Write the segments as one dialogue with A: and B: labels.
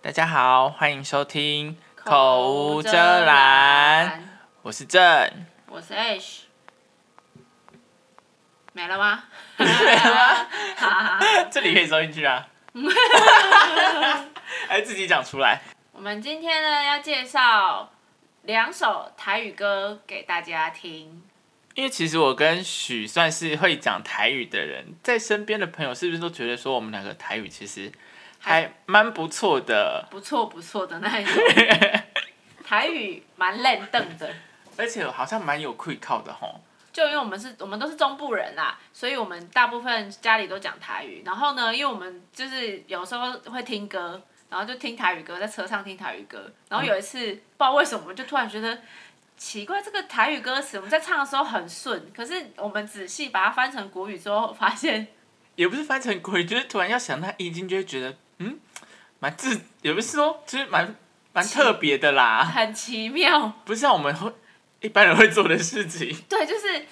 A: 大家好，欢迎收听《口无遮拦》，，我是郑。
B: 我是 Ash。没了吗？
A: 没了吗
B: 吗？
A: 这里可以收进去 啊。哎，自己讲出来。
B: 我们今天呢要介绍两首台语歌给大家听。
A: 因为其实我跟许算是会讲台语的人，在身边的朋友是不是都觉得说我们两个台语其实还蛮不错的？
B: 不错不错的那一种，台语蛮烂瞪的。
A: 而且好像蛮有愧靠的吼。
B: 就因为我们是，我们都是中部人啦，所以我们大部分家里都讲台语。然后呢，因为我们就是有时候会听歌，然后就听台语歌，在车上听台语歌。然后有一次、不知道为什么，就突然觉得奇怪，这个台语歌词我们在唱的时候很顺，可是我们仔细把它翻成国语之后，发现
A: 也不是翻成国语，就是突然要想到易经，就会觉得嗯，蛮自，也不是说就是蛮蛮特别的啦，
B: 很奇妙。
A: 不是像我们会一般人会做的事情。
B: 对，就是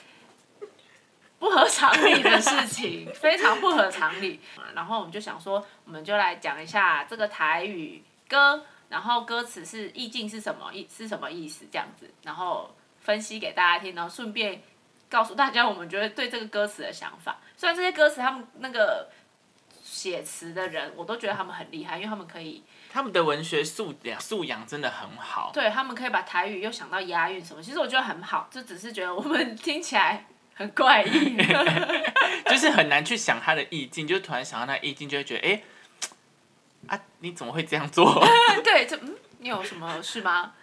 B: 不合常理的事情， 非常不合常理。嗯然后我们就想说，我们就来讲一下这个台语歌，然后歌词是意境是什么意是什么意思这样子，然后分析给大家听，然后顺便告诉大家我们觉得对这个歌词的想法。虽然这些歌词他们那个写词的人，我都觉得他们很厉害，因为他们可以
A: 他们的文学素养素养真的很好，
B: 对他们可以把台语又想到押韵什么，其实我觉得很好，就只是觉得我们听起来很怪异。
A: 就是很难去想它的意境，就突然想到那意境，就会觉得哎、诶啊，你怎么会这样 做？
B: 对，这嗯，你有什么事吗？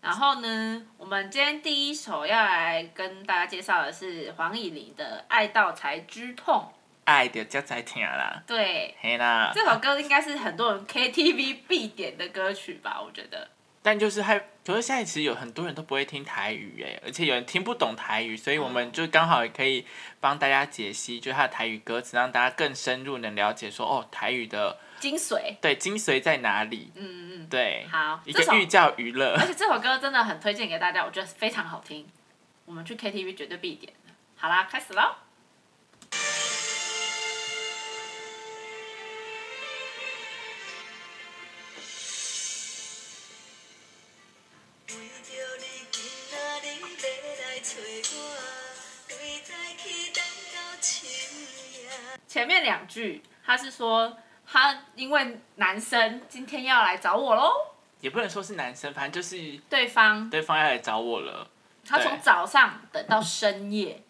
B: 然后呢，我们今天第一首要来跟大家介绍的是黄以玲的《爱到才知痛
A: 爱的家在听啦》。，
B: 对，
A: 嘿啦，
B: 这首歌应该是很多人 KTV 必点的歌曲吧？我觉得
A: 但就是还，可是现在其实有很多人都不会听台语哎，而且有人听不懂台语，所以我们就刚好也可以帮大家解析，就它的台语歌词，让大家更深入能了解说哦，台语的
B: 精髓。
A: 对精髓在哪里？
B: 嗯嗯
A: 对
B: 嗯，，好，
A: 一
B: 这首
A: 个寓教于乐
B: 而。且这首歌真的很推荐给大家，我觉得非常好听，我们去 KTV 绝对必点。好啦，开始喽。
C: 为着你今仔日要来找我，为早起等到深夜。
B: 前面两句他是说他因为男生今天要来找我喽，
A: 也不能说是男生，反正就是
B: 对方
A: 对方要来找我了。
B: 他从早上等到深夜，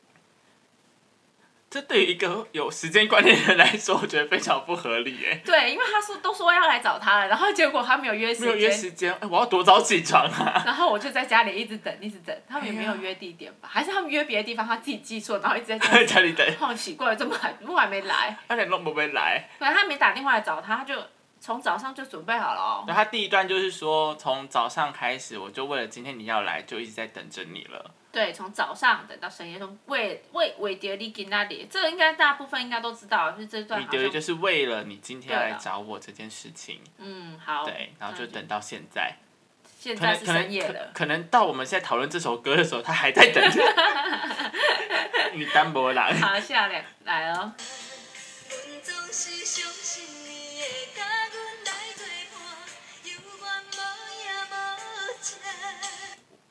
A: 这对于一个有时间观念的人来说，我觉得非常不合理哎。
B: 对，因为他说都说要来找他了，然后结果他没有约时
A: 没有约
B: 间，
A: 时间，哎，我要多早起床 啊！
B: 然后我就在家里一直等，一直等，他们也没有
A: 哎呀
B: 约地点吧？还是他们约别的地方，他自己记错，然后一直在家
A: 在
B: 里等。
A: 家里等，
B: 好奇怪，怎么还怎么还没来？
A: 他连弄不会来。
B: 对，他没打电话来找他，他就从早上就准备好了哦。
A: 然后他第一段就是说，从早上开始，我就为了今天你要来，就一直在等着你了。
B: 对，从早上等到深夜，从为为为迪利金那里，这个应该大部分应该都知道，就是这段
A: 你
B: 好
A: 的
B: 像
A: 就是为了你今天要
B: 对
A: 来
B: 啊
A: 找我这件事情，
B: 嗯好，
A: 对，然后就
B: 那
A: 等到现在，
B: 嗯现
A: 可
B: 在
A: 能
B: 是
A: 可
B: 深夜
A: 能可
B: 了，
A: 可能到我们现在讨论这首歌的时候，他还在等。 你单薄啦，
B: 好下两来哦。
C: 阮总是相信你会甲阮来作伴，犹原无影无迹。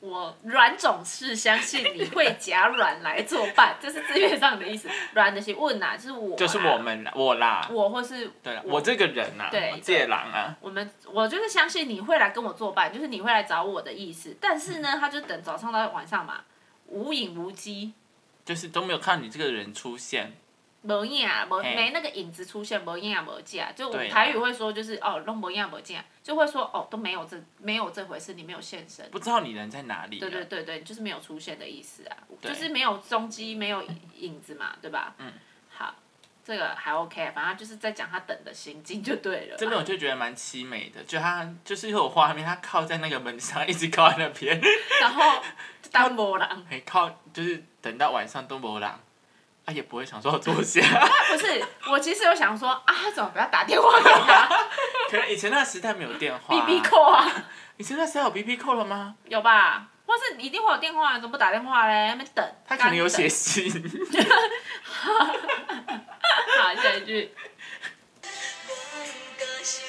B: 我阮总是相信你会夹软来作伴， 这是字面上的意思。软的是问啊，就是我，
A: 就是我，们啦，我啦，
B: 我或是
A: 对啦，我这个人呐、
B: 对
A: 我借狼啊，
B: 我们，我就是相信你会来跟我作伴，就是你会来找我的意思。但是
A: 嗯
B: 呢，他就等早上到晚上嘛，无影无迹，
A: 就是都没有看到你这个人出现，
B: 没影啊，没
A: 嘿
B: 没那个影子出现，没影啊，没迹啊。就我
A: 对
B: 们
A: 啊
B: 台语会说，就是哦，弄没影啊，没迹啊，就会说哦，都没有这没有这回事，你没有现身。
A: 不知道你人在哪里、啊。
B: 对对对对，就是没有出现的意思啊，
A: 对
B: 就是没有踪迹，没有影子嘛，对吧？嗯，好，这个还 OK，反正啊就是在讲他等的心境就对了。啊
A: 这边我就觉得蛮凄美的，就他就是有画面，他靠在那个门上，一直靠在那边，
B: 然后就当波浪，
A: 还靠就是等到晚上都没人，他、也不会想说我坐下。
B: 啊不是我其实有想说啊，他怎么不要打电话 给他
A: 可能以前那个时代没有电话、
B: B B 扣啊？
A: 以前那时代有 B B 扣了吗？
B: 有吧？或是一定会有电话，你啊怎么不打电话嘞？在那边等，
A: 他可能有
B: 干
A: 写
B: 等。
A: 信，
B: 好，下一句，
C: 我不敢想，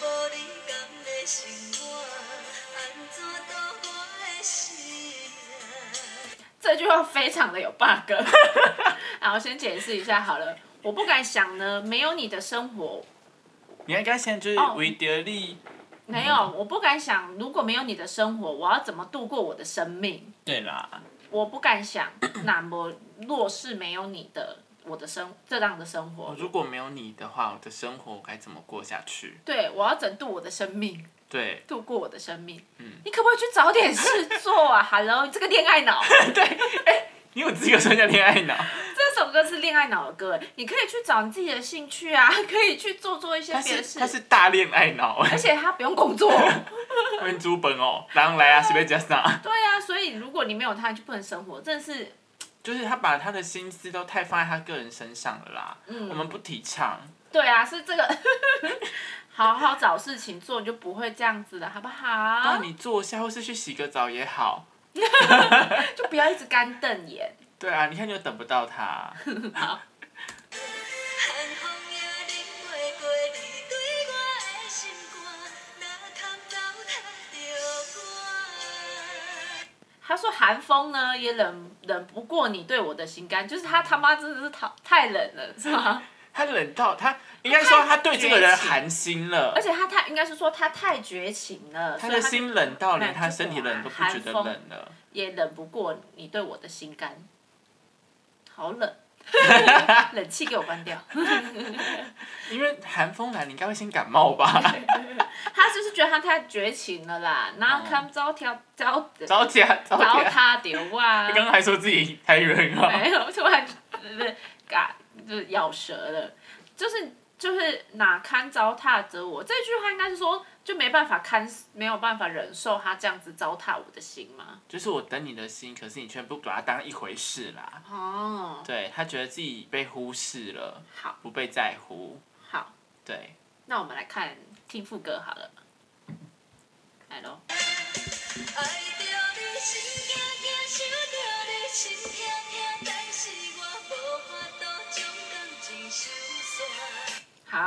C: 若无你甲啊
B: 句话非常的有 bug。好，我先解释一下好了。我不敢想呢，没有你的生活，
A: 你应该先就是
B: 哦
A: with the 力，
B: 没有，我不敢想，如果没有你的生活，我要怎么度过我的生命？
A: 对啦，
B: 我不敢想， 那么若是没有你的，我的生这样的生活，
A: 哦如果没有你的话，我的生活该怎么过下去？
B: 对我要怎度我的生命，
A: 对，
B: 度过我的生命？
A: 嗯
B: 你可不可以去找点事做啊？Hello，你这个恋爱脑，
A: 哎你有资格说人家恋爱脑，
B: 这首歌是恋爱脑的歌，你可以去找你自己的兴趣啊， 可以去做做一些
A: 他
B: 别的
A: 是
B: 事
A: 他，是大恋爱脑，
B: 而且他不用 工作。
A: 跟猪本哦，狼来啊，随便加上，
B: 对啊，所以如果你没有他，你就不能生活，真的是，
A: 就是他把他的心思都太放在他个人身上了啦，
B: 嗯，
A: 我们不提倡，
B: 对啊，是这个， 好好找事情做，你就不会这样子了，好不好
A: 让？你坐下或是去洗个澡也好。
B: 就不要一直干瞪眼。
A: 对啊，你看你又等不到他，
C: 寒风也冷袂过你对我的心肝，哪堪走踏着我。
B: 他说寒风呢也冷冷不过你对我的心肝，就是他他妈真的是太太冷了，是吗？
A: 他冷到他应该说他对这个人寒心了
B: 而，且他太应该是说他太绝情了，
A: 他
B: 所
A: 的
B: 以就
A: 心冷到连他身体冷都不觉得冷了。
B: 也冷不过你对我的心肝，好 冷，冷气给我关掉。
A: 因为寒风来，你应该会先感冒 吧？
B: 他就是觉得他太绝情了啦，然
A: 哦
B: 后他们招条招
A: 早起啊，早
B: 招
A: 起啊！
B: 他 丢啊
A: 刚，刚还说自己台语很好，
B: 没有，突然就是嘎就是咬舌了，就是就是哪堪糟蹋着我这句话应该是说就没办法堪没有办法忍受他这样子糟蹋我的心嘛。
A: 就是我等你的心，可是你却不把它当一回事啦。
B: 哦，
A: 对他觉得自己被忽视了，
B: 好
A: 不被在乎。
B: 好，
A: 对，
B: 那我们来看听副歌好了，来喽。
C: 爱着你心痛痛，想着你心痛痛，但是我无法度将感情收煞。
B: 好，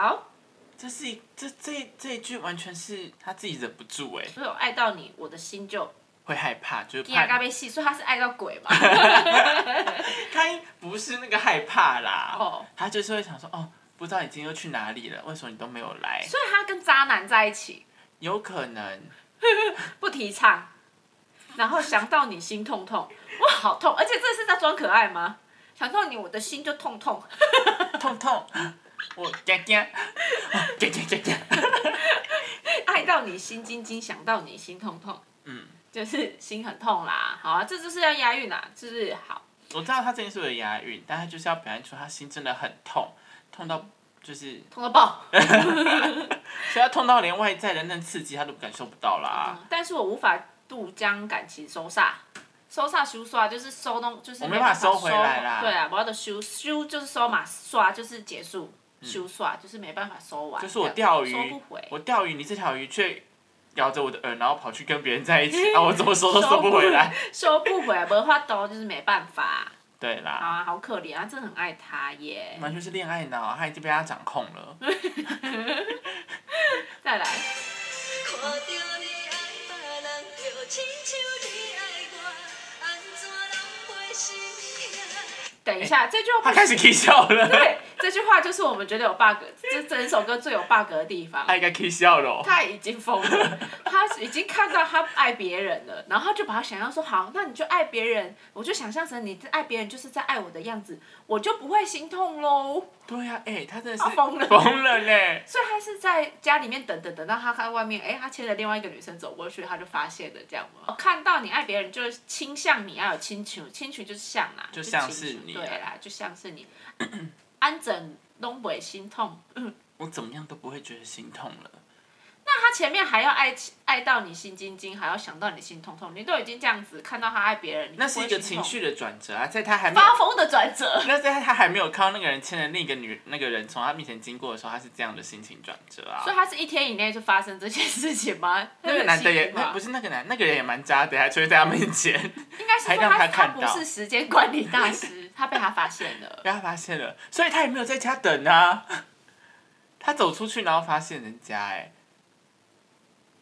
A: 这是一这这这一句完全是他自己忍不住哎、
B: 所以我爱到你，我的心就
A: 会害怕，就是
B: 低压
A: 怕
B: 嘎被戏，所以他是爱到鬼嘛。
A: 他不是那个害怕啦，
B: 哦
A: 他就是会想说，哦，不知道你今天又去哪里了，为什么你都没有来？
B: 所以他跟渣男在一起
A: 有可能，
B: 不提倡，然后想到你心痛痛，哇，好痛！而且这是在装可爱吗？想到你，我的心就痛痛。
A: 痛痛， 我嘎嘎， 我嘎嘎嘎嘎，
B: 爱到你心惊惊，想到你心痛痛，
A: 嗯，
B: 就是心很痛啦。好啊，这就是要押韵啦，就是好。
A: 我知道他这件事有押韵，但他就是要表现出他心真的很痛，痛到就是，
B: 痛到爆、
A: 所以他痛到连外在的那刺激他都感受不到啦。
B: 嗯但是我无法度将感情收煞，收煞收煞就是收东，就是
A: 我
B: 没
A: 没
B: 办
A: 办
B: 法
A: 法收回来啦
B: 对啊，我要的收收就是收嘛，刷就是结束，收刷就是没办法收
A: 嗯
B: 完。
A: 就是我钓
B: 收不
A: 鱼
B: 回，。
A: 我钓鱼，你这条鱼却咬着我的耳，然后跑去跟别人在一 起，啊，我怎么收都收不回来。
B: 收不回来，没法度，就是没办法、
A: 对啦，
B: 啊，好可怜啊，真的很爱他耶。
A: 完全是恋爱脑，他已经被他掌控了。
B: 再来，
C: 看着你爱别人，就亲像你爱我，安怎拢袂心痛？
B: 等一下，这句话
A: 哎他开始 k 笑了，
B: 对，这句话就是我们觉得有 bug，这整首歌最有 bug 的地方。
A: 他应该 k 笑了哦。
B: 他已经疯了，他已经看到他爱别人了，然后他就把他想象说好，那你就爱别人，我就想象成你爱别人就是在爱我的样子，我就不会心痛喽。
A: 对呀、哎、他真的
B: 他
A: 是
B: 啊疯了
A: 疯了嘞！
B: 所以他是在家里面等等等到他看外面，哎、他牵着另外一个女生走过去，他就发现了这样吗？哦看到你爱别人，就是倾向你要有亲情，亲情就是像啦，
A: 就是像
B: 亲
A: 是
B: 情
A: 你
B: 对
A: 啊
B: 啦，就像是你， 安枕东北心痛。
A: 我怎么样都不会觉得心痛了。
B: 那他前面还要爱爱到你心惊惊，还要想到你心痛痛，你都已经这样子看到他爱别人，你
A: 那
B: 不
A: 是
B: 会
A: 一个
B: 心
A: 情
B: 痛
A: 绪的转折啊，在他还没有
B: 发疯的转折。
A: 那在他还没有看到那个人牵着另一个女那个人从他面前经过的时候，他是这样的心情转折啊
B: 所以。他是一天以内就发生这件事情吗？
A: 那个男的也那
B: 那
A: 不
B: 是，
A: 是那个男，那个人也蛮渣的，还出现在他面前，
B: 应该是
A: 还
B: 说
A: 让
B: 他
A: 他看
B: 不
A: 到
B: 是时间管理大师，他被他发现了。
A: 被他发现了，所以他也没有在家等啊。他走出去，然后发现人家、哎，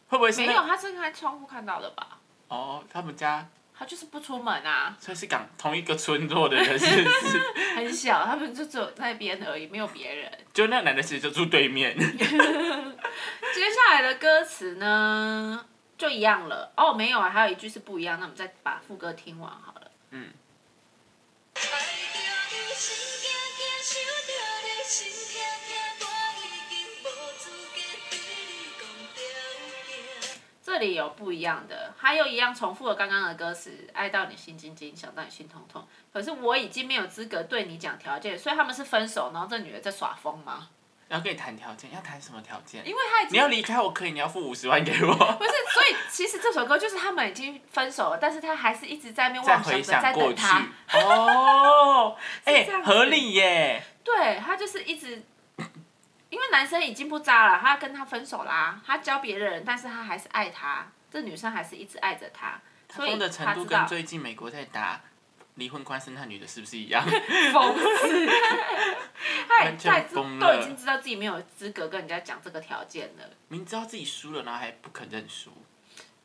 A: 会不会是
B: 没
A: 那
B: 有，他是在窗户看到的吧？
A: 哦，他们家
B: 他就是不出门啊，
A: 所以是港同一个村落的人，是不 是？
B: 很小，他们就只有那边而已，没有别人。
A: 就那个男的其实就住对面，
B: 接下来的歌词呢，就一样了。哦，没有啊，还有一句是不一样，那我们再把副歌听完好了。
A: 嗯
C: 爱着你，心惊惊，想着你，心痛痛，我已经无资格对你讲条件。
B: 这里有不一样的，还有一样重复了刚刚的歌词，爱到你心惊惊，想到你心痛痛。可是我已经没有资格对你讲条件，所以他们是分手，然后这女的在耍疯吗？
A: 然后跟你谈条件，要谈什么条件？
B: 因为他已
A: 你
B: 经
A: 要离开我可以，你要付五十万给 我。
B: 不是，所以其实这首歌就是他们已经分手了，但是他还是一直在那边
A: 再
B: 妄想
A: 回
B: 着在
A: 想过
B: 等
A: 去
B: 他。，
A: 哦，哎、
B: 这样子
A: 合理耶。
B: 对他就是一直， 因为男生已经不渣了，他跟他分手啦，他教别人，但是他还是爱他，这女生还是一直爱着他，所以
A: 疯的程
B: 他
A: 度
B: 知
A: 跟
B: 道
A: 最近美国在打离婚官司那女的是不是一样？
B: 疯子，他也
A: 完全
B: 他也知
A: 疯
B: 都
A: 了
B: 已经知道自己没有资格跟人家讲这个条件了，
A: 明知道自己输了，然后还不肯认输，
B: 嗯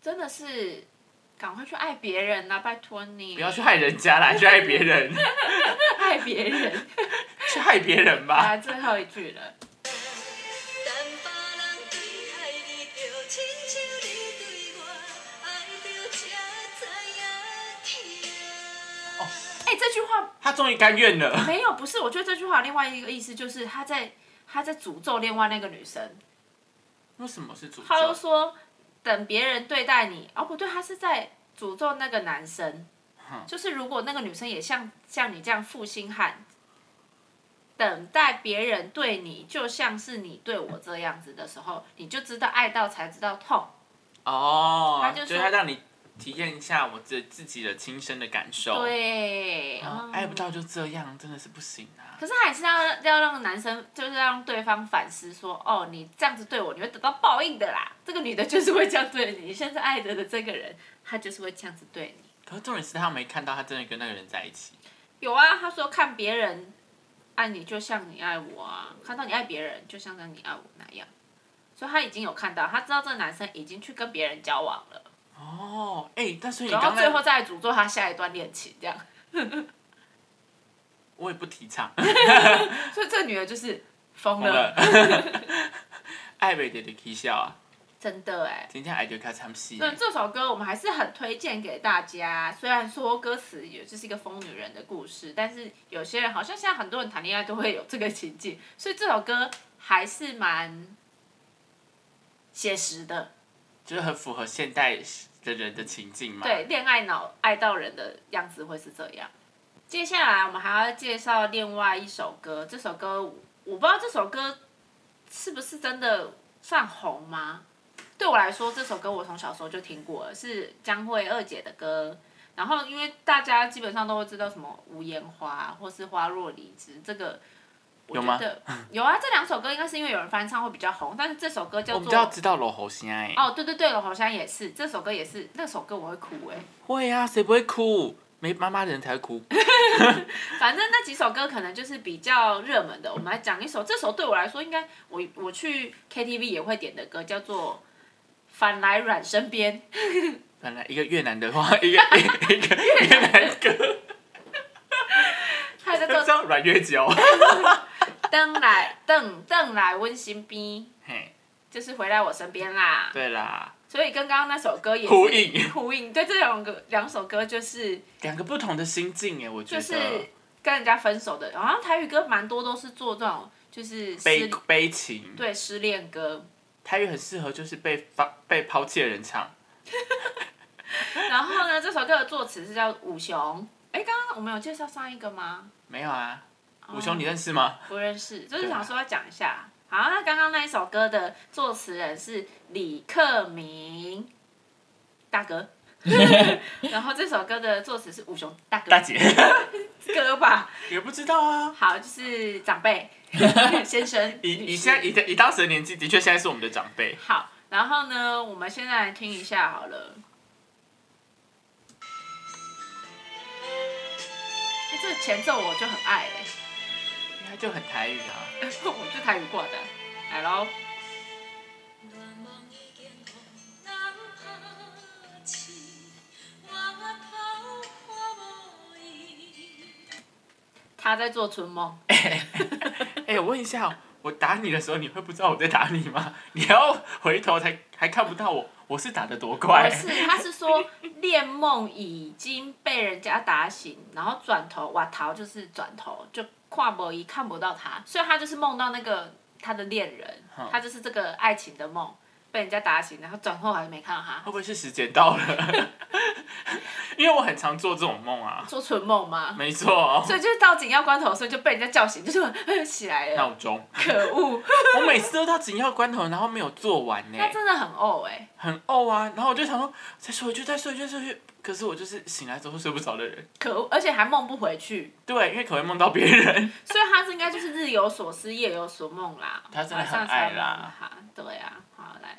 B: 真的是赶快去爱别人啦、拜托你，
A: 不要去害人家啦，去害别人，
B: 爱别 人。
A: 去害别人吧。
B: 来，最后一句了。
C: 但别人对害你，着亲像你对我爱着才知影痛。
B: 哎、这句话
A: 他终于甘愿了，
B: 没有，不是，我觉得这句话有另外一个意思就是他在他在诅咒另外那个女生，
A: 为什么是诅
B: 他又
A: 咒？
B: 说等别人对待你，哦不对，他是在诅咒那个男生，就是如果那个女生也像像你这样负心汉，等待别人对你，就像是你对我这样子的时候，你就知道爱到才知道痛。
A: 哦，
B: 他就
A: 是
B: 说
A: 他让你体验一下我自自己的亲身的感受。
B: 对，嗯
A: 哦，爱不到就这样，真的是不行啊。
B: 可是还是要要让男生，就是要让对方反思说，哦，你这样子对我，你会得到报应的啦。这个女的就是会这样对你，你现在爱着的这个人，她就是会这样子对你。
A: 可是重点是他没看到他真的跟那个人在一起，
B: 有啊，她说看别人爱你就像你爱我啊，看到你爱别人就像你爱我那样。所以她已经有看到，她知道这个男生已经去跟别人交往了，
A: 哦，哎、但是你
B: 然后
A: 刚
B: 最后
A: 才
B: 再来诅咒他下一段恋情这样。
A: 我也不提倡，
B: 嗯所以这个女的就是疯
A: 疯
B: 了，
A: 了， 爱袂着就起笑啊，
B: 真的哎、
A: 真正爱就较惨死。
B: 那这首歌我们还是很推荐给大家，虽然说歌词也就是一个疯女人的故事，但是有些人好像现在很多人谈恋爱都会有这个情境，所以这首歌还是蛮写实的，
A: 就是很符合现代的人的情境嘛。
B: 对，，恋爱脑爱到人的样子会是这样。接下来我们还要介绍另外一首歌，这首歌我不知道这首歌是不是真的算红吗？对我来说，这首歌我从小时候就听过了，是江蕙二姐的歌。然后因为大家基本上都会知道什么无言花或是花若离枝，这个我
A: 有吗
B: 觉 得有啊，这两首歌应该是因为有人翻唱会比较红，但是这首歌叫
A: 我
B: 做
A: 们都要知道罗喉声哎。
B: 哦，对对对，我好像也是，这首歌也是，那首歌我会哭哎、
A: 会啊，谁不会哭？没妈妈的人才会 哭。
B: 反正那几首歌可能就是比较热门的，我们来讲一首，这首对我来说应该我我去 KTV 也会点的歌，叫做《反来软身边》。
A: 本来一个越南的话， 一个一个越南歌，
B: 它叫
A: 知
B: 做
A: 道阮月 娇。
B: 《邓来邓邓来温馨边》，
A: 嘿，
B: 就是回来我身边啦。
A: 对啦，
B: 所以跟刚刚那首歌也是
A: 呼应
B: 呼应，对这两个两首歌就是
A: 两个不同的心境哎，我觉
B: 就
A: 得。
B: 是跟人家分手的，好像台语歌蛮多都是做这种就是
A: 悲
B: 失
A: 悲情，
B: 对失恋歌。
A: 台语很适合就是被发被抛弃的人唱。
B: 然后呢，这首歌的作词是叫武雄。哎，刚刚我们有介绍上一个吗？
A: 没有啊，
B: 哦
A: 武雄你认识吗？
B: 不认识，就是想说要讲一下。好，那刚刚那一首歌的作词人是李克明大哥，然后这首歌的作词是武雄大哥
A: 大姐
B: 哥吧？
A: 也不知道啊。
B: 好，就是长辈先生。
A: 以
B: 女
A: 以
B: 士
A: 现在以以当时的年纪，的确现在是我们的长辈。
B: 好，然后呢，我们现在来听一下好了。哎，这个前奏我就很爱哎、
A: 他就很台语啊。
B: 我就台语挂的，来喽。
C: 愿望已经予人下痴，我怕
B: 他在做春梦。
A: 哎、我问一下，我打你的时候，你会不知道我在打你吗？你还要回头才还看不到我，我是打的多快
B: 不？是，他是说练梦已经被人家打醒，然后转头哇逃就是转头就跨博一看不到他，所以他就是梦到那个他的恋人，他就是这个爱情的梦被人家打醒，然后转头还是没看到他
A: 会，不会是时间到了？ 因为我很常做这种梦啊，
B: 做春梦吗？
A: 没错，哦
B: 所以就是到紧要关头的时候就被人家叫醒，就是起来了，
A: 闹钟。
B: 可 恶，
A: 我每次都到紧要关头，然后没有做完呢、
B: 他真的很呕哎、
A: 很呕啊。然后我就想说，再睡回去，再睡回去，再睡回去。可是我就是醒来之后睡不着的人，
B: 可恶，而且还梦不回去，
A: 对，因为可能会梦到别人。
B: 所以他是应该就是日有所思夜有所梦啦，
A: 他真的
B: 晚上
A: 很
B: 才
A: 爱啦
B: 梦哈，对啊，好来。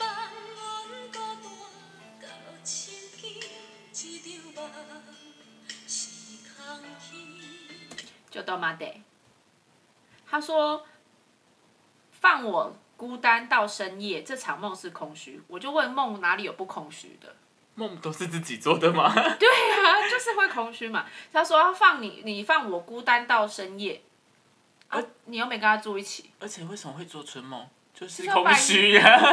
C: 放阮孤单到深更，一场梦是空虚。
B: 就都妈得。他说：“放我孤单到深夜，这场梦是空虚。”我就问梦哪里有不空虚的？
A: 梦都是自己做的吗？
B: 对啊，就是会空虚嘛。他说要放你，你放我孤单到深夜，啊，你又没跟他住一起，
A: 而且为什么会做春梦？就是
B: 是要
A: 空虚呀、啊，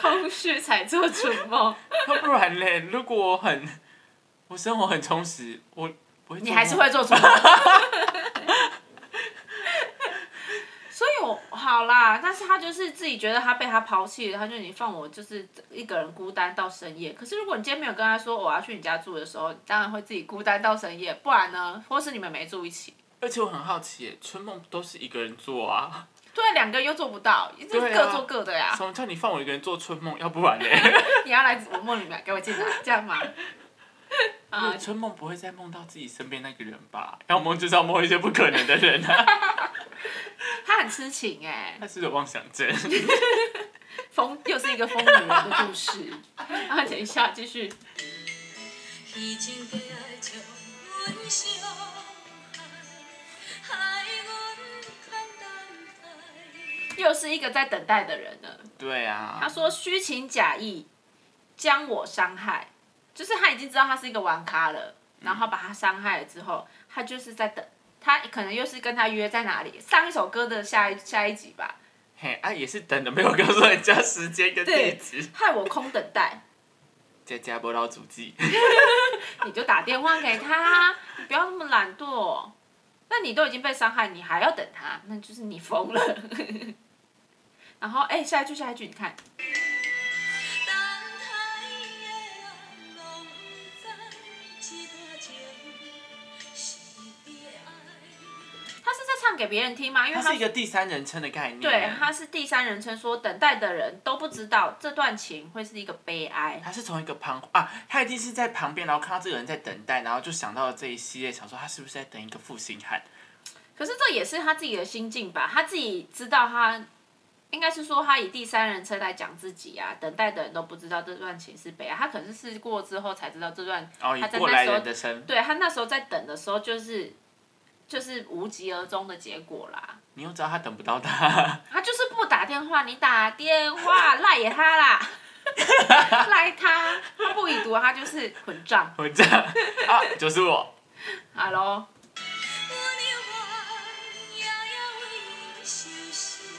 B: 空虚才做春梦，
A: 不然嘞，如果我很，我生活很充实，我不会做梦。啊
B: 你还是会做春梦。所以我好啦，但是他就是自己觉得他被他抛弃了，他就你放我就是一个人孤单到深夜。可是如果你今天没有跟他说我要去你家住的时候，你当然会自己孤单到深夜，不然呢，或是你们没住一起，
A: 而且我很好奇耶，春梦都是一个人做啊，
B: 对，两个又做不到，一直
A: 对啊
B: 各做各的呀、
A: 什么叫你放我一个人做春梦？要不然嘞，
B: 你要来我梦里面给我进来，这样吗？啊、
A: 春梦不会再梦到自己身边那个人吧？要梦就是要梦一些不可能的人 啊，
B: 他很痴情哎、
A: 他是有妄想 症。
B: 疯又是一个疯女人的故事。啊，等一下继续，
C: 虚情假爱将阮伤害，害阮牵等待。
B: 又是一个在等待的人了。
A: 对
B: 他
A: 啊，
B: 说虚情假意将我伤害，就是他已经知道他是一个玩咖了，然后把他伤害了之后，他就是在等，他可能又是跟他约在哪里，上一首歌的下一下一集吧，
A: 嘿啊，也是等的没有告诉人家时间跟地
B: 对
A: 址，
B: 害我空等待，
A: 再加波老主机。
B: 你就打电话给他，你不要那么懒惰。那你都已经被伤害，你还要等他，那就是你疯了。 然后，哎、下一句，下一句，你看，
C: 等待的人拢知，这段情是悲哀。
B: 他是在唱给别人听吗？因为
A: 它
B: 他
A: 是一个第三人称的概念。
B: 对，他是第三人称说，等待的人都不知道这段情会是一个悲哀。
A: 他是从一个旁啊，他一定是在旁边，然后看到这个人在等待，然后就想到了这一系列，想说他是不是在等一个负心汉？
B: 可是这也是他自己的心境吧，他自己知道他，应该是说他以第三人称来讲自己啊，等待的人都不知道这段情是悲哀，他可能是试过之后才知道这段，
A: 然后以
B: 他在
A: 过
B: 那
A: 来
B: 时候
A: 人，的身，
B: 对他那时候在等的时候就是就是无疾而终的结果啦。
A: 你又知道他等不到他，
B: 他就是不打电话，你打电话赖给他啦，赖他，他不已读，他就是混账。
A: 我这样啊， 就是我。
B: 好喽。
C: 我犹原夜夜为相思，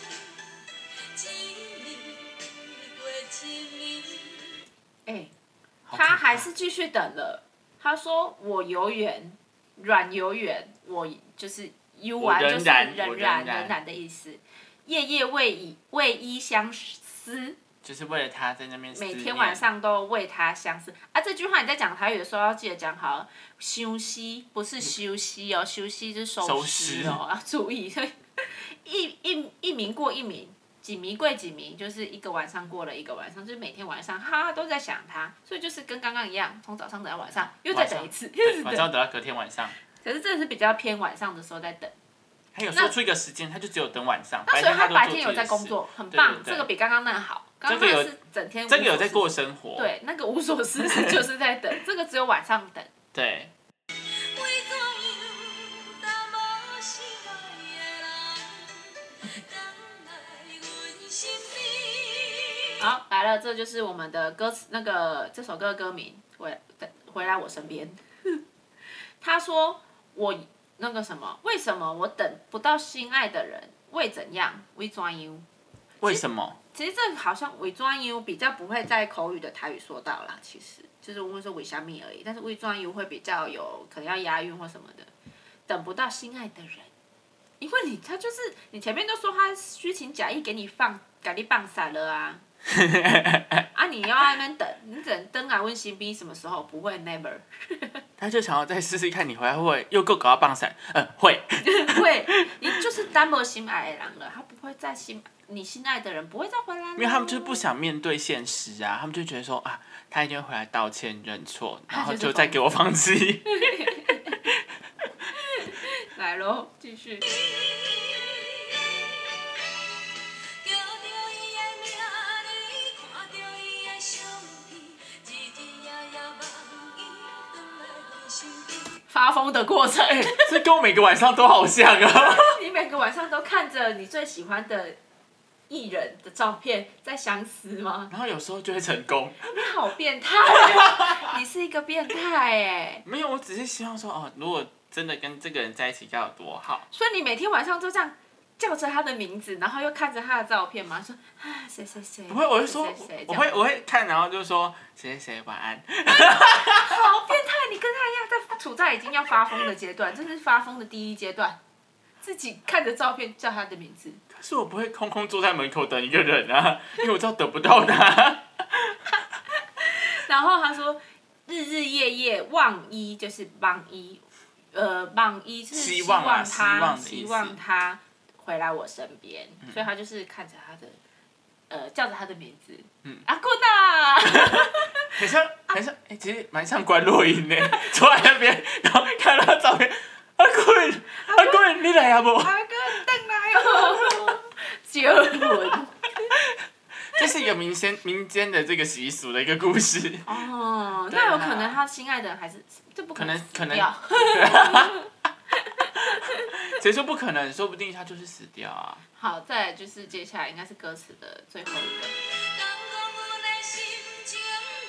C: 一年过一年。
B: 哎、
A: 好可
B: 他
A: 怕
B: 还是继续等了。他说：“我有缘，软有缘，我就是悠
A: 我
B: 完
A: 仍
B: 就是
A: 然我
B: 仍
A: 仍
B: 然
A: 然
B: 仍然的意思，夜夜为以为伊相思，
A: 就是为了他在那边思
B: 每
A: 念
B: 天晚上都为他相思。”啊，这句话你在讲台语的时候要记得讲好了，休息不是休息哦，休息是收
A: 收
B: 尸
A: 尸
B: 哦，要注意。 所以一一一名过一名，几名贵几名，就是一个晚上过了一个晚上，就是每天晚上哈都在想他，所以就是跟刚刚一样，从早上等到晚上，又再等一次，又
A: 对
B: 是
A: 晚上
B: 等。
A: 等到隔天晚上，
B: 可是这是比较偏晚上的时候在等，
A: 他有
B: 那
A: 说出一个时间，他就只有等晚上，
B: 那
A: 白
B: 所以
A: 天
B: 他
A: 都
B: 白
A: 做
B: 天
A: 自
B: 有
A: 己的
B: 在工
A: 事，
B: 作，很
A: 对
B: 棒，
A: 对
B: 这个比刚刚那个好。刚刚
A: 这个
B: 那
A: 有
B: 是整天
A: 这个有在
B: 无所
A: 过
B: 事事，
A: 生活，
B: 对，那个无所事事就是在等，这个只有晚上等。
A: 对，
C: 为怎样淡漠心爱的人，等来阮身边。
B: 好，来了，这就是我们的歌词，那 个这首歌的歌名《回等回来我身边》。他说：“我那个什么，为什么我等不到心爱的人？为怎样？为专优。
A: 为什么？
B: 其实这个好像伪装 U 比较不会在口语的台语说到啦，其实就是我们说伪虾米而已。但是伪装 U 会比较有可能要押韵或什么的，等不到心爱的人，因为你他就是你前面都说他虚情假意给你放，给你放散 了啊，啊你又要在那边等，你等等啊问新兵什么时候？不会 never
A: 他就想要再试试看你回来会不会又够搞到棒散，嗯，会。
B: 会，你就是单薄心爱的人了，他不会再心你心爱的人不会再回来了，
A: 因为他们就是不想面对现实啊，他们就觉得说啊，他一定会回来道歉认错，然后就再给我放弃。
B: 来喽，继续。
C: 着着伊的名字，看着伊的相片，日日夜夜望伊返来阮身边。
B: 发疯的过程。
A: 这跟我每个晚上都好像啊。
B: 你每个晚上都看着你最喜欢的艺人的照片在相思 吗？
A: 然后有时候就会成功，
B: 你好变态哦，你是一个变态哎！
A: 没有，我只是希望说哦，如果真的跟这个人在一起该有多好。
B: 所以你每天晚上都这样叫着他的名字，然后又看着他的照片吗？说啊谁谁谁，
A: 不会，我会说
B: 谁谁谁，
A: 我
B: 这
A: 会
B: 样
A: 我会看，然后就说谁谁谁晚安。
B: 好变态，你跟他一样在处在已经要发疯的阶段，这是发疯的第一阶段。自己看着照片叫他的名字，
A: 可是我不会空空坐在门口等一个人啊，因为我知道等不到他。
B: 然后他说日日夜夜望一就是望一，呃，望一就是
A: 希
B: 希
A: 望啊
B: 望他
A: 希望的意思嗯
B: 希望他回来我身边，所以他就是看着他的，呃，叫着他的名字，
A: 嗯
B: 阿库达，
A: 很像很像，哎、其实蛮像关洛音呢， 坐在那边，然后看到他照片，阿贵阿贵，你来啊不？
B: 阿哥邓来 哦，结婚。
A: 这是一个民间民间的这个习俗的一个故 事。
B: 哦，
A: 对啊
B: 那有可能他心爱的人还是这不
A: 可能
B: 死
A: 可能
B: 掉
A: 谁说不可能？说不定他就是死掉啊！
B: 好，再来就是接下来应该是歌词的最后一个。
C: 人讲阮的心情，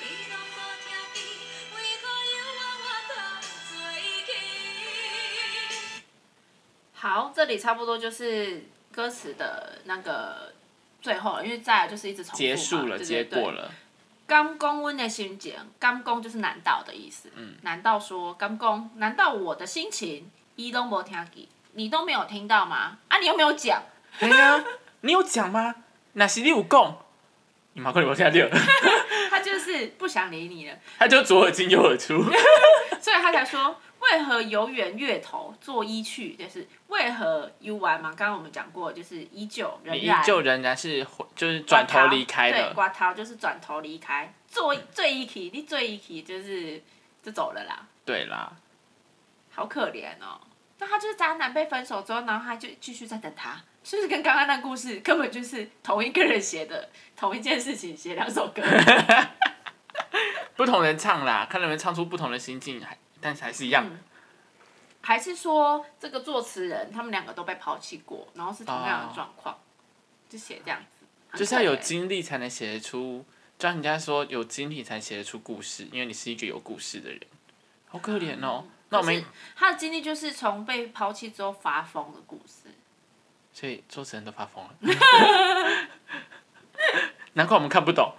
C: 你拢无听见，为何犹原我当作去？
B: 好，这里差不多就是歌词的那个最后了，因为再来就是一直重复嘛
A: 结束了，
B: 对
A: 结
B: 对对
A: 果了，
B: 刚公温的心情，刚公就是难道的意思。嗯，难道说刚公？难道我的心情一都没听见，你都没有听到吗？啊，你又没有讲，
A: 哎呀，你有讲吗？那是你有讲，你马克你我听掉，
B: 他就是不想理你了，
A: 他就左耳进右耳 出。
B: 所以他才说为何游园月头作揖去，就是为何游玩嘛。刚刚我们讲过，就是依旧仍
A: 你依
B: 然
A: 旧仍然是就是转头离开嗯
B: 对，
A: 了，
B: 刮头就是转头离开，做最一起，你最一起就是就走了啦，
A: 对啦，
B: 好可怜哦。那他就是渣男被分手之后，然后他就继续在等他，是不是跟刚刚那故事根本就是同一个人写的，同一件事情写两首 歌？
A: 不同人唱啦，看能不能唱出不同的心境，还但是还是一样。
B: 嗯还是说这个作词人他们两个都被抛弃过，然后是同样的状况，就写这样子，
A: 哦
B: 很
A: 就是要有
B: 可怜
A: 经历才能写得出，就像人家说有经历才写得出故事，因为你是一个有故事的人，好可怜哦。那我
B: 可
A: 们
B: 是他的经历就是从被抛弃之后发疯的故事。
A: 所以作词人都发疯了， 难怪我们看不懂。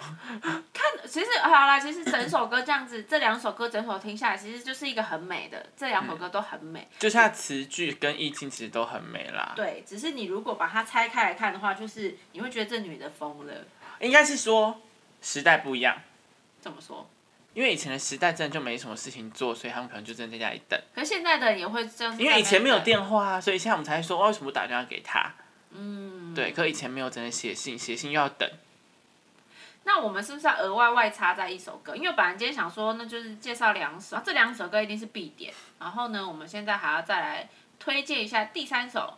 B: 其实好啦，其实整首歌这样子，这两首歌整首听下来，其实就是一个很美的，这两首歌都很美。
A: 就是它词句跟意境其实都很美啦，
B: 对，只是你如果把它拆开来看的话，就是你会觉得这女的疯了。
A: 应该是说时代不一样，
B: 怎么说？
A: 因为以前的时代真的就没什么事情做，所以他们可能就真的在家里等。
B: 可是现在的人也会这嗯样子在那边等，
A: 因为以前没有电话啊，所以现在我们才会说哦为什么不打电话给他？
B: 嗯，
A: 对，可以前没有真的写信，写信又要等。
B: 那我们是不是要额外外插在一首歌？因为本来今天想说，那就是介绍两首，啊这两首歌一定是必点。然后呢，我们现在还要再来推荐一下第三首，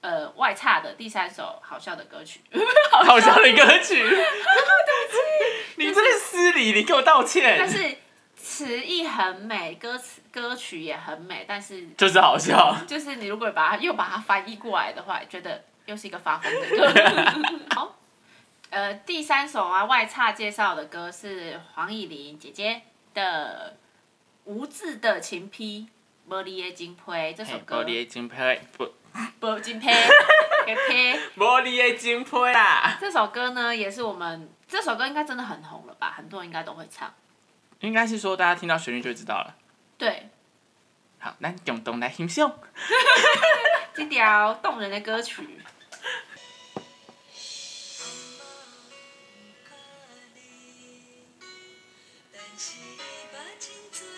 B: 呃，外插的第三首好笑的歌曲。哦
A: 好笑的歌曲。对不起，你真的失礼，你给我道歉。
B: 但是词意很美，歌词歌曲也很美，但是
A: 就是好笑。
B: 就是你如果把它又把它翻译过来的话，觉得又是一个发疯的 歌。好，呃，第三首啊，外差介绍的歌是黄以玲姐姐的《无字的情批》。玻璃的金杯》这首
A: 嘿
B: 歌，
A: 玻璃的金杯，不，
B: 玻 金杯，给杯。
A: 玻璃的金杯啦，
B: 这首歌呢，也是我们这首歌应该真的很红了吧，很多人应该都会唱。
A: 应该是说大家听到旋律就知道了。
B: 对，
A: 好，那用动来欣赏。
B: 这条动人的歌曲，
C: 但是捌真多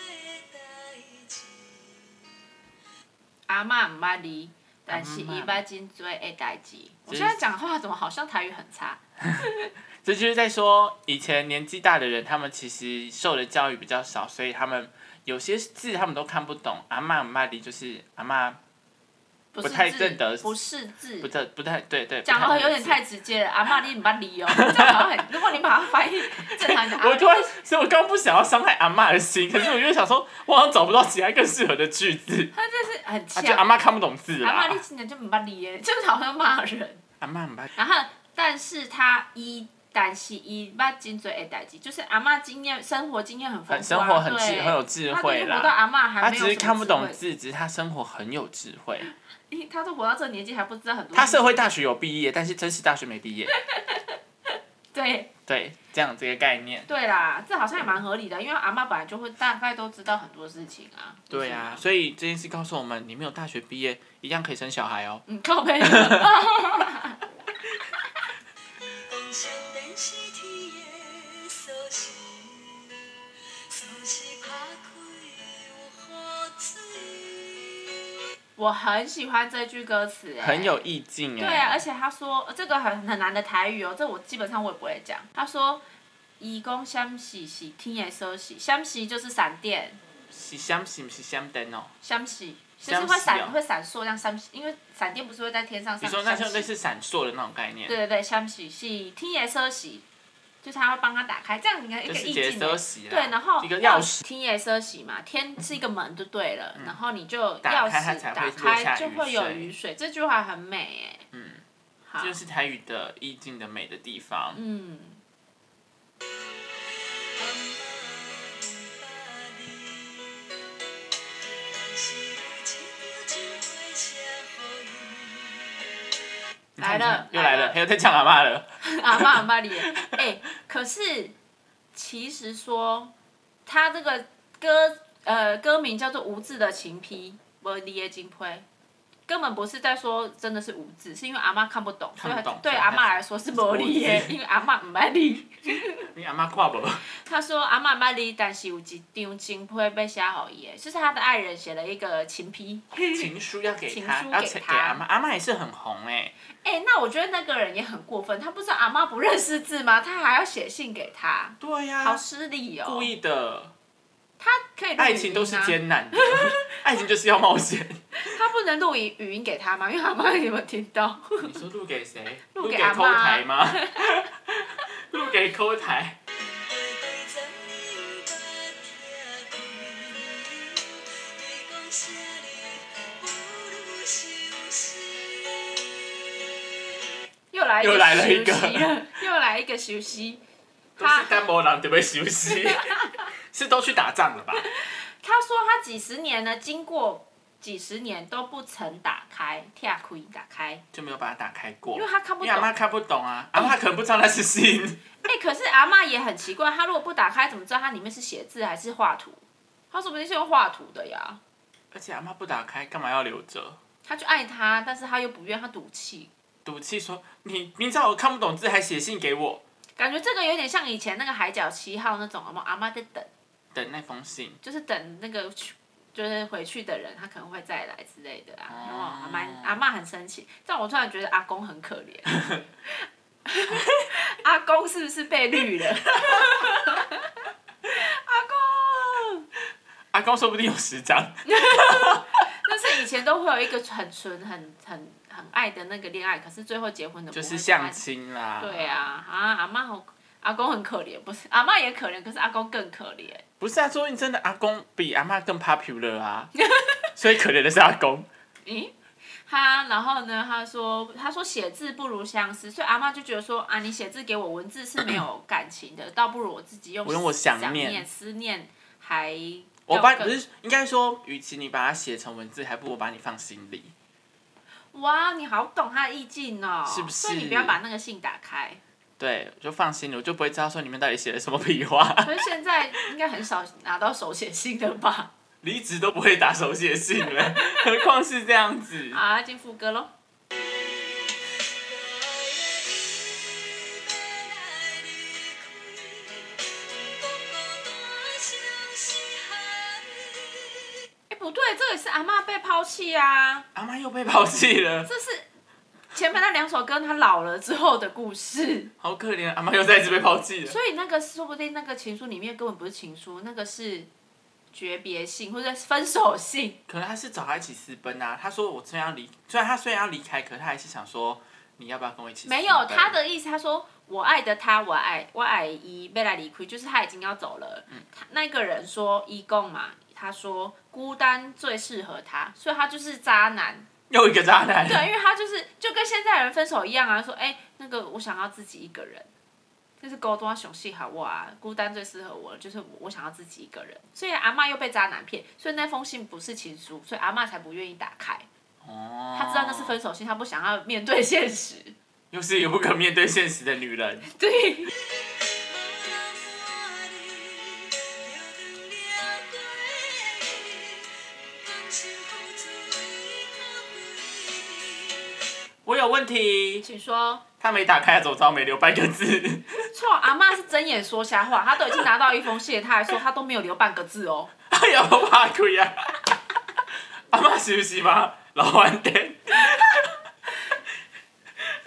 C: 代志，
B: 阿嬷唔捌你，但是
A: 阿嬷
B: 伊捌真多的代志。我现在讲话怎么好像台语很差？
A: 这就是在说，以前年纪大的人，他们其实受的教育比较少，所以他们有些字他们都看不懂。阿妈阿里就是阿妈，
B: 不
A: 不太
B: 字
A: 正得
B: 不是字
A: 不。太不太对对。
B: 讲
A: 的
B: 的有点。太直接了，阿嬷你唔捌你哦， 这样好像很。如果你把它翻译正常讲，
A: 我突然，所以我刚刚不想要伤害阿妈的心，可是我就想说，我好像找不到其他更适合的句 子，
B: 他就是很
A: 啊，就
B: 强
A: 阿。妈看不懂字
B: 阿
A: 啦
B: 嬷你。真的就唔捌你耶，就是好像骂人。
A: 阿妈很白，
B: 然后，但是他伊，但是伊捌真侪的代志，就是阿嬷经验、生活经验很丰富、啊，
A: 很生活很智
B: 对
A: 很有智
B: 她都
A: 慧
B: 是活到
A: 啦。
B: 阿嬷还
A: 她
B: 没
A: 只
B: 有
A: 是
B: 什么
A: 看不懂
B: 智慧，
A: 字，只是她生活很有智慧。
B: 咦她都活到这个年纪还不知道很多。
A: 她社会大学有毕业，但是真实大学没毕业。
B: 对
A: 对，这样这个概念。
B: 对啦，这好像也蛮合理的，因为阿嬷本来就会大概都知道很多事情啊。
A: 对啊，所以这件事告诉我们，你没有大学毕业，一样可以生小孩哦。
B: 以嗯，靠背。
C: 讲相恋是天的锁匙，锁匙拍开有雨水。
B: 我很喜欢这句歌词、哎
A: 很有意境哎。
B: 对啊，而且他说呃这个很很难的台语哦，这我基本上我也不会讲。他说，伊讲闪喜是天的消息，闪喜就是闪电，
A: 是闪是不是闪灯哦？
B: 闪喜就是
A: 闪
B: 会
A: 喜
B: 闪、
A: 哦
B: 会闪烁，像闪喜，因为闪电不是会在天上
A: 你
B: 闪。
A: 说那
B: 闪
A: 像
B: 喜
A: 类似闪烁的那种概念
B: 对，对对，闪喜是天的消息，就是他会帮他打开，这样你看一
A: 就
B: 个
A: 是
B: 意
A: 解
B: 境
A: 锁
B: 欸。
A: 洗啦。
B: 对，然后
A: 啊一个钥匙。嗯
B: 天也奢喜嘛，天是一个门就对了，然后你就
A: 打
B: 钥
A: 开它
B: 匙
A: 才
B: 打
A: 会落下
B: 开就
A: 雨
B: 会有
A: 水
B: 雨水，这句话很美哎。
A: 嗯，
B: 好
A: 这，就是台语的意境的美的地方。
B: 嗯。
C: 阿嬷毋捌你，但是有一张情话写予伊。
A: 你看
B: 来了
A: 你看又来
B: 来
A: 了，
B: 了
A: 还有在呛阿妈了。
B: 阿妈阿妈里，哎、可是其实说他这个歌呃歌名叫做《无字的情批》，我理的金胚，根本不是在说真的是无字，是因为阿妈看不懂，
A: 看不懂
B: 所以
A: 所
B: 对
A: 以
B: 阿
A: 她
B: 妈来说是无理的
A: 无，字
B: 因为阿妈唔爱理。
A: 你阿妈跨 不？
B: 他说阿妈唔爱理，但是有一张情批被写好伊的，就是他的爱人写了一个情批。
A: 情书要给
B: 情
A: 他，
B: 书
A: 要
B: 给
A: 给
B: 她
A: 阿妈。阿妈也是很红哎。
B: 哎、那我觉得那个人也很过分，他不知道阿妈不认识字吗？他还要写信给他，
A: 对
B: 好
A: 呀，
B: 失礼哦。
A: 故意的。
B: 他可以录
A: 爱
B: 语
A: 情
B: 音
A: 都是
B: 啊
A: 艰难的， 爱情就是要冒险。
B: 他不能录语语音给他吗？因为他妈有没有听到？
A: 你说录给谁？
B: 录
A: 录
B: 给
A: 给
B: 阿
A: 抠
B: 嬷
A: 台吗？ 录给抠台。
C: 花季十年捌拆开，你讲啥哩？无愈相思。
B: 又来
A: 又来了一
B: 休
A: 个
B: 息了，又来一个休息。
A: 都是干某人准备休息，是都去打仗了吧？
B: 他说他几十年呢，经过几十年都不曾打开，跳开打开，
A: 就没有把它打开过
B: 因为，他看不
A: 因为
B: 懂。
A: 阿妈
B: 哎、
A: 看不懂啊，阿妈可能不知道那是信。
B: 可是阿嬷也很奇怪，他如果不打开，怎么知道它里面是写字还是画图？他说不定是用画图的呀。
A: 而且阿妈不打开，干嘛要留着？
B: 他就爱他，但是他又不愿，他赌气。
A: 赌气说你明知道我看不懂字，还写信给我，
B: 感觉这个有点像以前那个海角七号那种，有没有阿妈在等？
A: 等那封信。
B: 就是等那个去，就是回去的人，他可能会再来之类的啊。然后
A: 哦
B: 阿妈阿妈很生气，但我突然觉得阿公很可怜。 阿公是不是被绿了？ 阿公，
A: 阿公说不定有十张，
B: 但是以前都会有一个很纯、很很很爱的那个恋爱，可是最后结婚的
A: 就
B: 不
A: 是
B: 会是爱
A: 相亲啦。
B: 对，啊，啊阿妈好，阿公很可怜，不是阿妈也可怜，可是阿公更可怜。
A: 不是啊，说不定真的阿公比阿妈更 popular 啊， 所以可怜的是阿公。
B: 咦，他然后呢？他说，他说写字不如相思，所以阿妈就觉得说啊，你写字给我，文字是没有感情的，倒不如我自己用
A: 我用我想
B: 想
A: 念
B: 思念还
A: 我把
B: 要
A: 不
B: 更
A: 是应该说，与其你把它写成文字，还不如我把你放心里。
B: 哇，你好懂他的意境哦，
A: 是不是
B: 所以你不要把那个信打开。
A: 对，我就放心里，我就不会知道说里面到底写了什么屁话。
B: 可是现在应该很少拿到手写信的吧？
A: 离职都不会打手写信了，何况是这样子。
B: 啊，进副歌喽。哎，不对，这里是阿嬷被抛弃啊，
A: 阿妈又被抛弃了，
B: 这是前面那两首歌她老了之后的故事，
A: 好可怜，阿妈又再一次被抛弃了。
B: 所以那个说不定那个情书里面根本不是情书，那个是诀别信或者是分手信。
A: 可能他是找他一起私奔啊。他说我虽然要离，虽然他虽然要离开，可他还是想说你要不要跟我一起私奔？
B: 没有他的意思，他说我爱的他，我爱我爱伊贝来离开，就是他已经要走了。他那个人说一共嘛，他说孤单最适合他，所以他就是渣男。
A: 又一个渣男。
B: 对，因为他就是就跟现在人分手一样啊，说哎、那个我想要自己一个人，就是高中雄性好我啊，孤单最适合我，就是我想要自己一个人。所以阿嬷又被渣男骗，所以那封信不是情书，所以阿嬷才不愿意打开。
A: 哦，
B: 她知道那是分手信，她不想要面对现实。
A: 又是一个不肯面对现实的女人。
B: 对，
A: 我有问题，
B: 请说。
A: 他没打开，怎么知道没留半个字？
B: 错，阿嬷是睁眼说瞎话，她都已经拿到一封信了，她还说她都没有留半个字哦。
A: 哎呀，我怕鬼啊！ 阿妈是不是吗？老顽 蛋。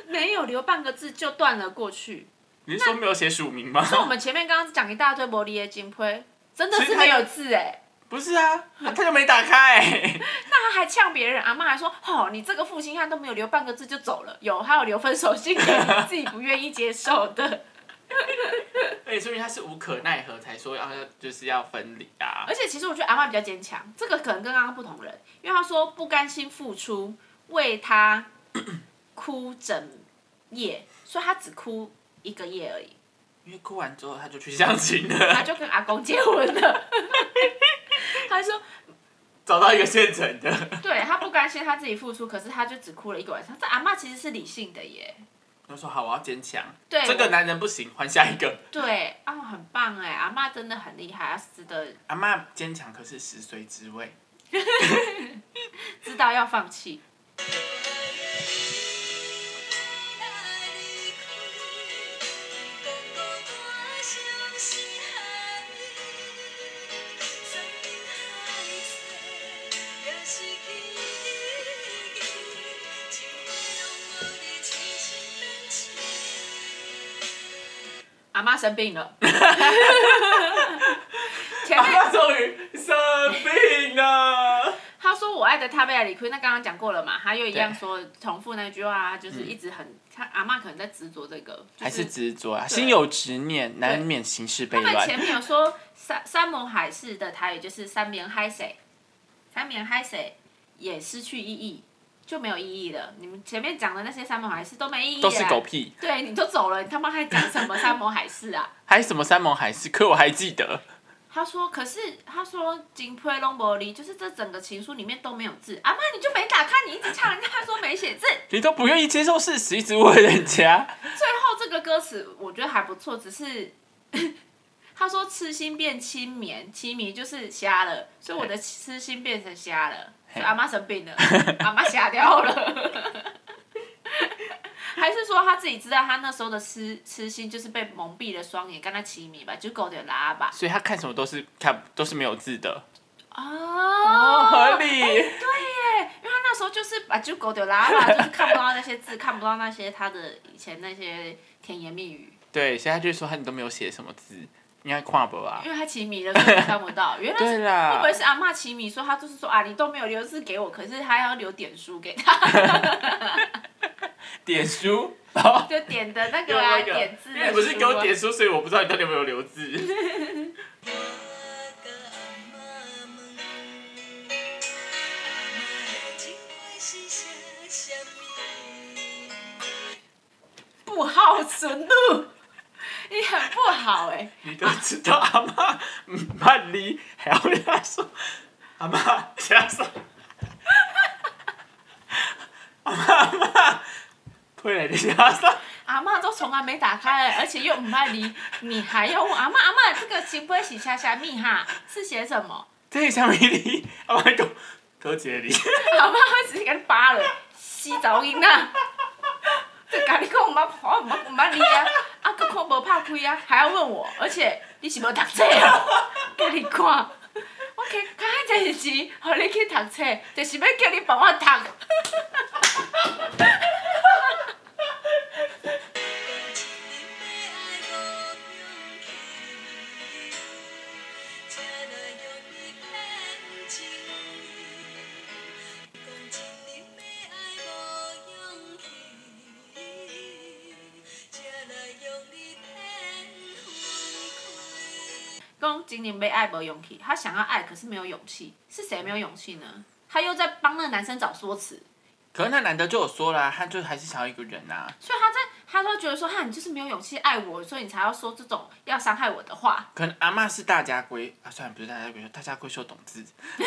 B: 没有留半个字就断了过去。
A: 你是说没有写署名吗？
B: 那我们前面刚刚讲一大堆玻璃的金胚，真的是没有字哎、
A: 不是啊，他就没打开、
B: 那他还呛别人，阿嬷还说：“哦，你这个负心汉都没有留半个字就走了。”有，还有留分手信给你自己不愿意接受的。
A: 而且说明他是无可奈何才说要就是要分离啊
B: 而。且其实我觉得阿嬷比较坚强，这个可能跟刚刚不同人，因为她说不甘心付出，为他哭整夜，所以她只哭一个夜而已，
A: 因为哭完之后他就去相亲
B: 她
A: 了，
B: 就跟阿公结婚了。 她说
A: 找到一个现成的。
B: 对她不甘心她自己付出，可是她就只哭了一个晚上。这阿嬷其实是理性的耶。
A: 他说好，我要啊坚强。
B: 对
A: 这个男人不行，换下一个。
B: 对，啊，很棒哎，阿嬷真的很厉害，她是值得
A: 阿妈坚强可是食髓知 味。
B: 知道要放弃。阿妈生 病了，前
A: 阿
B: 面
A: 妈终于生病了。
B: 他说我爱的他被爱理亏，那刚刚讲过了嘛，他又一样说重复那句话，就是一直很，他阿妈可能在执着这个，就
A: 嗯还是执着啊，
B: 对
A: 心有执念，难免行事悖
B: 他们前
A: 乱。
B: 面有说山山盟海誓的台语就是三眠嗨谁，三眠嗨谁也失去意义，就没有意义了。你们前面讲的那些山盟海誓都没意义，
A: 都是狗。屁，
B: 对你都走了，你他妈还讲什么山盟海誓啊？
A: 还什么山盟海誓？可我还记得，
B: 他说：“可是他说金佩龙伯璃，就是这整个情书里面都没有字。阿妈你就没打开，你一直呛人家说没写字。
A: 你都不愿意接受事实，一直问人家。
B: 最后这个歌词我觉得还不错，只是 他说痴心变痴迷，痴迷就是瞎了，所以我的痴心变成瞎了。所以阿妈生病了， 阿妈瞎掉了。 还是说他自己知道他那时候的痴痴心就是被蒙蔽了双眼，跟他痴迷吧，就狗的拉吧。
A: 所以他看什么都是看都是没有字的，
B: 哦
A: 合理。
B: 因为他那时候就是把就狗丢拉拉，就是看不 到那些字，看不到那些他的以前那些甜言蜜语，
A: 对，所以他就说他啊你都没有写什么字，应该跨博啊
B: 哦 因。为他起迷了，所以看不到。原来
A: 对
B: 是
A: 啦
B: 会不会是阿嬷起迷说他就是说啊，你都没有留字给我，可是还要留点书给他，
A: 点 书，然后
B: 就点的那
A: 给我
B: 个啊，
A: 那个
B: 点字的书啊。
A: 因为你不是给我点书，所以我不知道你到底有没有留字。
B: 不好存路，你很不好哎、
D: 你都知道阿妈唔捌你，还要跟他说阿妈，这样 说，阿妈阿妈，回来你这样说，
B: 阿妈都从来没打开了，而且又唔爱理，你还要问阿妈阿妈这个行不行下下密哈是写什么？
D: 这下没你，阿妈讲多谢 你，
B: 阿妈会直接给你扒了，洗澡音啊！这甲你讲毋捌我毋捌毋捌你啊，啊，搁看无拍开啊，还要问我，而且你是无读册啊？叫你看，我开开电视，互你去读册，就是要叫你帮我读。讲今年被爱没勇气，他想要爱，可是没有勇气，是谁没有勇气呢？他又在帮那个男生找说辞，
A: 可是那男的就有说啦、他就还是想要一个人啊。
B: 所以他在他都觉得说，哈，你就是没有勇气爱我，所以你才要说这种要伤害我的话。
A: 可能阿妈是大家闺啊，虽然不是大家闺秀，大家闺秀懂字。
B: 应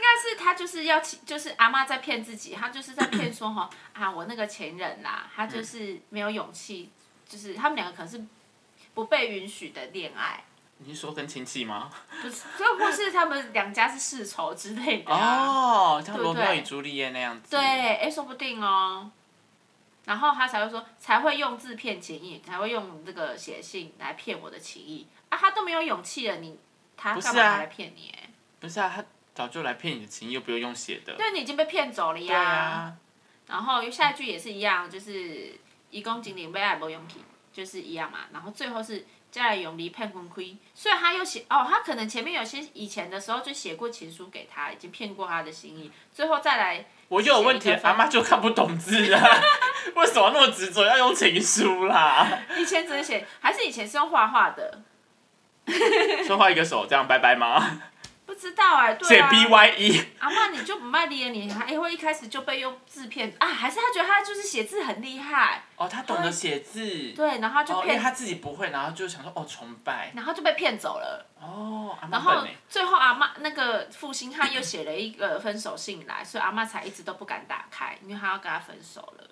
B: 该是他就是要欺，就是阿妈在骗自己，他就是在骗说哈 啊，我那个前任啦，他就是没有勇气，就是他们两个可能是不被允许的恋爱，
A: 你是说跟亲戚吗？
B: 不是，就或是他们两家是世仇之类的、啊。
A: 哦，像
B: 对不
A: 罗
B: 对
A: 密欧与朱丽叶那样子。
B: 对，哎、说不定哦。然后他才会说，才会用字骗情意，才会用这个写信来骗我的情意啊！他都没有勇气了，你他
A: 不是
B: 干嘛
A: 啊
B: 还来骗你、哎
A: 不是啊，他早就来骗你的情，又不用用写的。
B: 因为你已经被骗走了呀。
A: 对啊，
B: 然后下一句也是一样，就是一公斤零被爱无勇气，就是一样嘛。然后最后是家来永离骗婚亏，所以他又写哦，他可能前面有些以前的时候就写过情书给他，已经骗过他的心意，最后再来
A: 我又有问题
B: 写一，个
A: 阿妈就看不懂字啊， 为什么那么执着要用情书 啦？
B: 以前只能写，还是以前是用画画的，
A: 说画一个手这样拜拜吗？
B: 不知道哎、对
A: 写
B: 啊。
A: B Y E，
B: 阿妈你就不卖力了，你还会一开始就被用字骗啊？还是他觉得他就是写字很厉害，
A: 哦，他懂得写字，
B: 对，然后他就
A: 哦，因为
B: 骗，
A: 他自己不会，然后就想说哦崇拜，
B: 然后就被骗走了。
A: 哦，阿妈
B: 然后
A: 笨欸
B: 最后阿妈那个负心汉又写了一个分手信来，所以阿妈才一直都不敢打开，因为她要跟他分手了。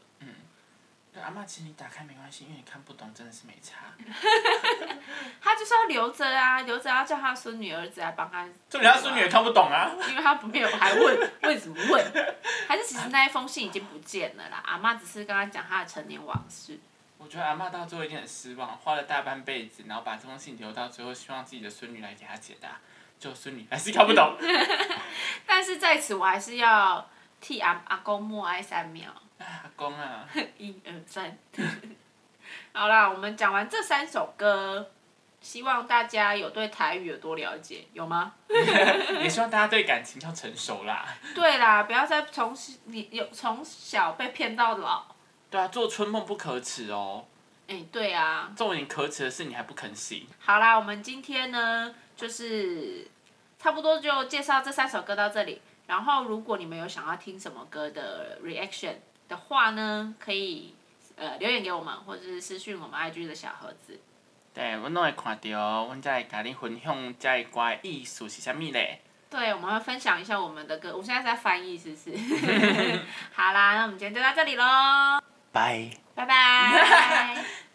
A: 对阿妈，其实你打开没关系，因为你看不懂真的是没差。
B: 她就是要留着啊，留着要叫她孙女儿子来帮她。
A: 就人家孙女也看不懂啊。
B: 因为她没有还问为什么问，还是其实那一封信已经不见了啦。阿妈只是跟她讲她的成年往事，
A: 我觉得阿妈到最后一定很失望，花了大半辈子，然后把这封信留到最后，希望自己的孙女来给她解答，就孙女还是看不懂。
B: 但是在此我还是要替阿阿公默哀三秒。
A: 阿公啊，
B: 一二三。好啦，我们讲完这三首歌，希望大家有对台语有多了解，有吗？
A: 也希望大家对感情要成熟啦。
B: 对啦，不要再从你有从小被骗到老。
A: 对啊，做春梦不可耻哦，
B: 哎、对啊。
A: 重点可耻的是你还不肯醒。
B: 好啦，我们今天呢，就是差不多就介绍这三首歌到这里。然后，如果你们有想要听什么歌的 reaction 的话呢，可以呃留言给我们，或者是私讯我们 IG 的小盒子。
A: 对，阮拢会看到，阮才会甲你分享这一歌的意思是啥物咧。
B: 对，我们会分享一下我们的歌。我现在在翻译，是不 是？好啦，那我们今天就到这里喽，
A: 拜。
B: 拜拜。